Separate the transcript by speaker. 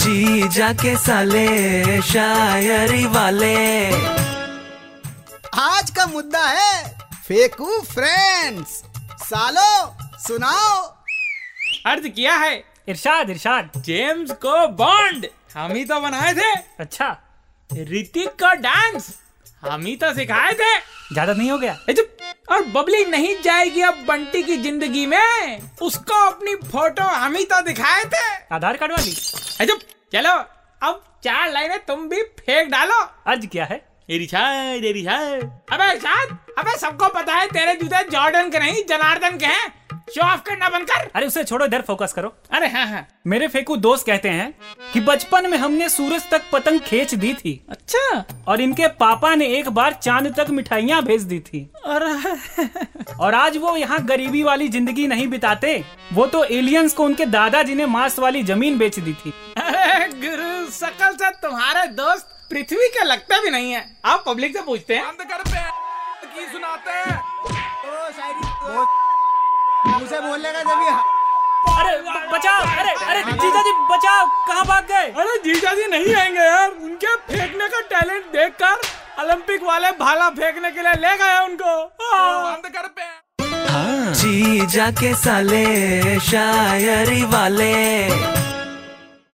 Speaker 1: जी जाके साले शायरी वाले
Speaker 2: आज का मुद्दा है फेकू फ्रेंड्स सालो सुनाओ
Speaker 3: अर्ज किया है
Speaker 4: इरशाद इरशाद
Speaker 3: जेम्स को बॉन्ड हम ही तो बनाए थे
Speaker 4: अच्छा
Speaker 3: ऋतिक को डांस हम ही तो सिखाए थे
Speaker 4: ज्यादा नहीं हो गया
Speaker 3: ए चुप, और बबली नहीं जाएगी अब बंटी की जिंदगी में उसको अपनी फोटो हम ही तो दिखाए थे
Speaker 4: आधार कार्ड वाली
Speaker 3: ए चुप, चलो अब चार लाइनें तुम भी फेंक डालो
Speaker 4: अर्ज क्या है
Speaker 3: इरिशाद इरिशाद अबे इरशाद अबे सबको पता है तेरे जूते जॉर्डन के नहीं जनार्दन के हैं शो ऑफ करना बंद कर
Speaker 4: अरे उसे छोड़ो इधर फोकस करो
Speaker 3: अरे हाँ हाँ
Speaker 4: मेरे फेकू दोस्त कहते हैं कि बचपन में हमने सूरज तक पतंग खींच दी थी
Speaker 3: अच्छा
Speaker 4: और इनके पापा ने एक बार चांद तक मिठाइयाँ भेज दी थी
Speaker 3: और
Speaker 4: और आज वो यहाँ गरीबी वाली जिंदगी नहीं बिताते वो तो एलियंस को उनके दादाजी ने मांस वाली जमीन बेच दी थी
Speaker 3: अरे गुरु सकल से तुम्हारे दोस्त पृथ्वी के लगते भी नहीं है आप पब्लिक से पूछते हैं
Speaker 2: मुझे बोलने का जब
Speaker 4: अरे ब- बचाओ अरे अरे जीजा जी बचाओ कहाँ भाग गए
Speaker 3: अरे जीजा जी नहीं आएंगे यार उनके फेंकने का टैलेंट देखकर ओलंपिक वाले भाला फेंकने के लिए ले गए उनको हाँ।
Speaker 1: जी जाके साले शायरी वाले